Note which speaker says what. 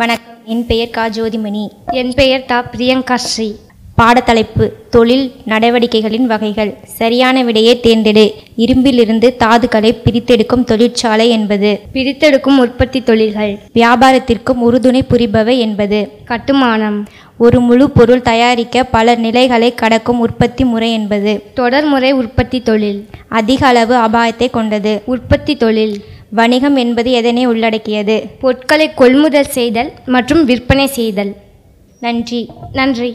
Speaker 1: வணக்கம் என் பெயர் கா ஜோதிமணி
Speaker 2: என் பெயர் தா பிரியங்கா ஸ்ரீ
Speaker 1: பாடத்தலைப்பு தொழில் நடவடிக்கைகளின் வகைகள் சரியான விடையை தேர்ந்தெடு இரும்பிலிருந்து தாதுக்களை பிரித்தெடுக்கும் தொழிற்சாலை என்பது
Speaker 2: பிரித்தெடுக்கும் உற்பத்தி தொழில்கள்
Speaker 1: வியாபாரத்திற்கும் உறுதுணை புரிபவை என்பது
Speaker 2: கட்டுமானம்
Speaker 1: ஒரு முழு பொருள் தயாரிக்க பல நிலைகளை கடக்கும் உற்பத்தி முறை என்பது
Speaker 2: தொடர்முறை உற்பத்தி தொழில்
Speaker 1: அதிக அளவு அபாயத்தை கொண்டது
Speaker 2: உற்பத்தி தொழில்
Speaker 1: வணிகம் என்பது எதனை உள்ளடக்கியது
Speaker 2: பொருட்களை கொள்முதல் செய்தல் மற்றும் விற்பனை செய்தல்
Speaker 1: நன்றி
Speaker 2: நன்றி